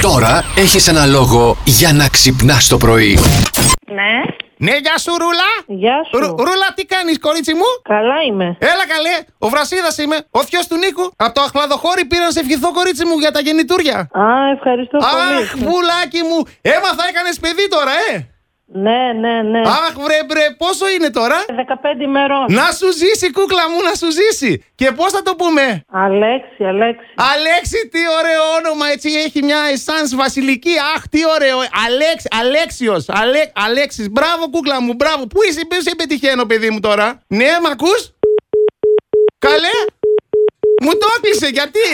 Τώρα έχεις ένα λόγο για να ξυπνάς το πρωί. Ναι, Ναι, γεια σου, Ρούλα! γεια σου. Ρου- Ρούλα, τι κάνεις, κορίτσι μου! Καλά είμαι. Έλα καλέ, ο Βρασίδας είμαι, ο θείος του Νίκου. Από το Αχλαδοχώρι πήρα να σε ευχηθώ, κορίτσι μου, για τα γεννητούρια. Α, ευχαριστώ Αχ, πολύ. βουλάκι μου, έμαθα έκανες παιδί τώρα, ε! Ναι, ναι, ναι. Αχ, βρε, βρε, πόσο είναι τώρα. 15 ημερών. Να σου ζήσει, κούκλα μου, να σου ζήσει. Και πώς θα το πούμε. Αλέξη, Αλέξη. Αλέξη, τι ωραίο όνομα, έτσι έχει μια εσάνς βασιλική. Αχ, τι ωραίο. Αλέξ, Αλέξιος, Αλέ, Αλέξης. Μπράβο, κούκλα μου, μπράβο. Πού είσαι, πού σε πετυχαίνω, παιδί μου τώρα. Ναι, μ' ακούς? Καλέ, μου το έκλεισε, γιατί.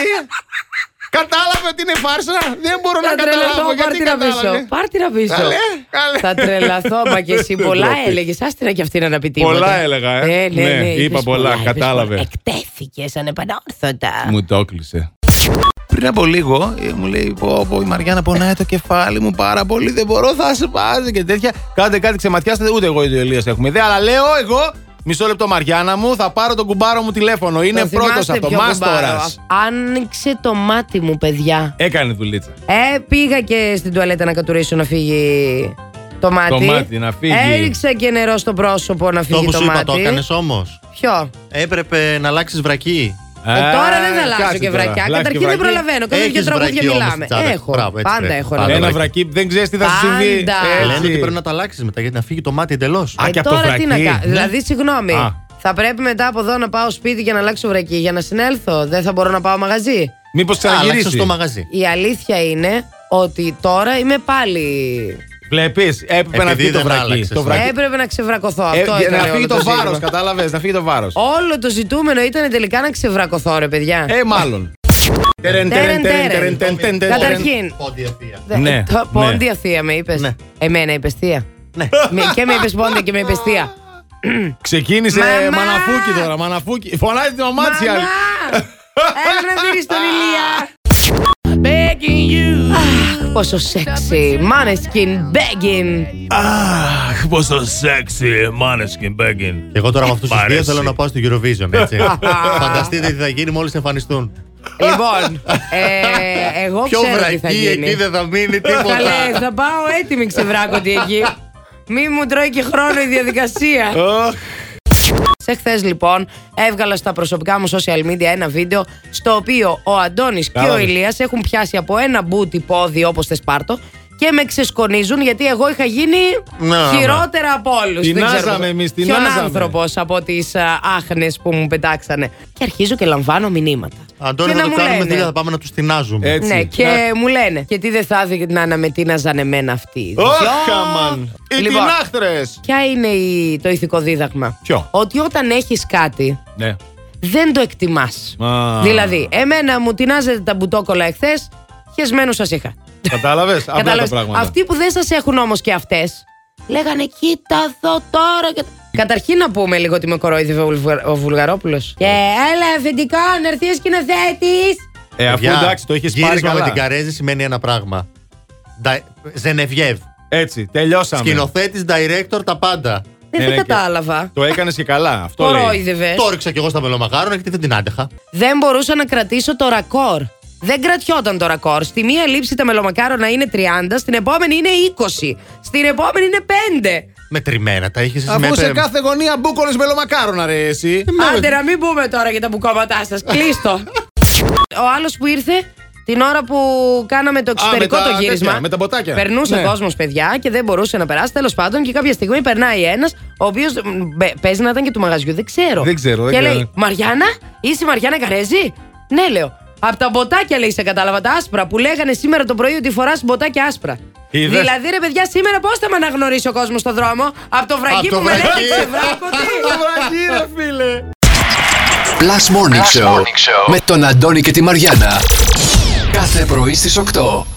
Κατάλαβε ότι είναι φάρσα. Δεν μπορώ να Θα καταλάβω τρελαθώ, γιατί πάρτι να κατάλαβε. πίσω. Πάρτι να πίσω. Καλέ, καλέ. Θα τρελαθώ, μα και εσύ πολλά έλεγε. Άστινα και αυτή να αναπητύχει. Πολλά έλεγα, ε. ναι, Ναι, ναι, είπα είπες πολλά, είπες κατάλαβε. πολλά. Εκτέθηκες ανεπανόρθωτα. Μου το έκλεισε. Πριν από λίγο ε, μου λέει: Πω, πω, η Μαριάννα πονάει το κεφάλι μου πάρα πολύ. Δεν μπορώ, θα σπάζει και τέτοια. Κάντε κάτι, ξεματιάστε. Ούτε εγώ ή ο Ελία έχουμε ιδέα. Αλλά λέω εγώ, μισό λεπτό Μαριάννα μου, θα πάρω τον κουμπάρο μου τηλέφωνο. Είναι Το πρώτος θυμάστε αυτό, ποιο κουμπάρο. μάστορα. Άνοιξε το μάτι μου, παιδιά. Έκανε δουλίτσα. Ε, πήγα και στην τουαλέτα να κατουρίσω να φύγει το μάτι. Το μάτι να φύγει. Έριξα και νερό στο πρόσωπο να Το φύγει που το, σου είπα, μάτι. το έκανες όμως. Ποιο. Έπρεπε να αλλάξεις βρακή. Ε, τώρα δεν θα αλλάξω και βρακιά. Καταρχήν δεν προλαβαίνω. Κάθε δύο Έχεις τραγούδια βρακί όμως, μιλάμε. τσάντα. Έχω. Μπράβο, έτσι πάντα πρέπει. έχω Πάντα. ένα Ένα βρακί. βρακί που δεν ξέρεις τι θα σου συμβεί. Πάντα. Έτσι. Λένε ότι πρέπει να το αλλάξεις μετά γιατί να φύγει το μάτι εντελώς. Α, Ε, και από το τώρα τι να βρακί. κάνω. Ναι. Δηλαδή, συγγνώμη. Α. Θα πρέπει μετά από εδώ να πάω σπίτι για να αλλάξω βρακί για να συνέλθω. Δεν θα μπορώ να πάω μαγαζί. Μήπως Άλλαξε ξαναγυρίσεις. στο μαγαζί. Η αλήθεια είναι ότι τώρα είμαι πάλι. Βλέπεις, έπρεπε να Επειδή φύγει το δεν βρακί. άλλαξες. Το βρακί. Έπρεπε να ξεβρακωθώ. Ε, Αυτό για ήταν να όλο φύγει το ζήτημα. βάρος, κατάλαβες, να φύγει το βάρος. Όλο το ζητούμενο ήταν τελικά να ξεβρακωθώ, ρε παιδιά. Ε, μάλλον. Τερεν, Τέρεν, τερεν, τερεν, τέρεν. τερεν, τεν, τεν, τεν, Καταρχήν. Πόντι ευθεία. Δε- ε, ναι, το- ναι. Πόντια θεία με είπες. Ναι. Εμένα είπες θεία. Ναι. Με- και με είπες πόντια και με είπες θεία. τερεν. Ξεκίνησε Μαμά! μαναφούκι τώρα, μαναφούκι. Φωνάζει την ομάτσια. Μαμά! Έλα να δει τον Ηλία. Begging you. Αχ, πόσο σεξι. Maneskin begging. Αχ, πόσο sexy, Maneskin Beggin. Εγώ τώρα με αυτούς του Μ' δύο αρέσει. θέλω να πάω στο Eurovision. Έτσι. Φανταστείτε τι θα γίνει μόλις εμφανιστούν. Λοιπόν, ε, εγώ Πιο ξέρω τι θα βρακή γίνει. εκεί δεν θα μείνει τίποτα. Καλέ, θα πάω έτοιμη ξεβράκωτη εκεί. Μη μου τρώει και χρόνο η διαδικασία. Σε χθες λοιπόν έβγαλα στα προσωπικά μου social media ένα βίντεο στο οποίο ο Αντώνης και ο Καλά. Ηλίας έχουν πιάσει από ένα μπούτι πόδι όπως θες πάρτο και με ξεσκονίζουν γιατί εγώ είχα γίνει Να, χειρότερα από όλους. Τεινάζαμε εμείς, τεινάζαμε. άνθρωπος από τις α, άχνες που μου πετάξανε. Και αρχίζω και λαμβάνω μηνύματα. Αντώνη, Και θα να το μου κάνουμε λένε, δουλειά, θα πάμε να τους τεινάζουμε. Έτσι. ναι, και μου λένε. Γιατί δεν θα έδιναν να με τίναζαν εμένα αυτοί. Δυο. Όχαμαν. Οι Λοιπόν, τεινάχτρες. ποια είναι η- το ηθικό δίδαγμα. Ποιο? Ότι όταν έχεις κάτι, Ναι. δεν το εκτιμάς. Α. Δηλαδή, εμένα μου τεινάζετε τα μπουτόκολλα εχθές, χεσμένου σα είχα. Κατάλαβες. Απλά τα Κατάλαβες. πράγματα. Αυτοί που δεν σας έχουν όμως και αυτές, λέγανε κοίτα εδώ τώρα. Και... Καταρχήν να πούμε λίγο ότι με κοροϊδεύε ο, Βουλγα... ο Βουλγαρόπουλος. Ναι. Και έλα, αφεντικό, να έρθει ο σκηνοθέτη. Ε, αφού Παιδιά, εντάξει, το έχεις πάρει γύρισα με την καλά. Καρέζη σημαίνει ένα πράγμα. Ντα- Ζενεβιέβ. Έτσι, τελειώσαμε. Σκηνοθέτης, director, τα πάντα. Δεν, Ναι, δεν ναι, και- κατάλαβα. Το έκανες και καλά. Αυτό λέει. Κορόιδευε. Το έριξα κι εγώ στα μελομακάρονα γιατί δεν την άντεχα. δεν μπορούσα να κρατήσω το ρακόρ. Δεν κρατιόταν το ρακόρ. Στη μία λήψη τα μελομακάρονα είναι 30, στην επόμενη είναι 20, στην επόμενη είναι 5. Μετρημένα τα είχες εσύ με Αφού σε πε- κάθε γωνία μπούκολε μελομακάρονα, ρε εσύ. Άντε να μην πούμε τώρα για τα μπουκώματά σας. Κλείστο. Ο άλλος που ήρθε την ώρα που κάναμε το εξωτερικό με τα το γύρισμα. τέτοια, με τα ποτάκια. Περνούσε Ναι. κόσμος, παιδιά, και δεν μπορούσε να περάσει. Τέλος πάντων, και κάποια στιγμή περνάει ένας, ο οποίος παίζει να ήταν και του μαγαζιού. Δεν ξέρω. Δεν ξέρω, δεν και ξέρω. λέει, Μαριάννα, είσαι η Μαριάννα Καρέζη. Ναι, λέω. Απ' τα μποτάκια λέει σε κατάλαβα τα άσπρα που λέγανε σήμερα το πρωί ότι φοράς μποτάκια άσπρα. Είδες. Δηλαδή, ρε παιδιά, σήμερα πώς θα με αναγνωρίσει ο κόσμος στον δρόμο από το βραγί Απ' το που με λένε βρακί. ξεβράκωτη. Plus Morning, Show, με τον Αντώνη και τη Μαριάνα. Κάθε πρωί στις 8.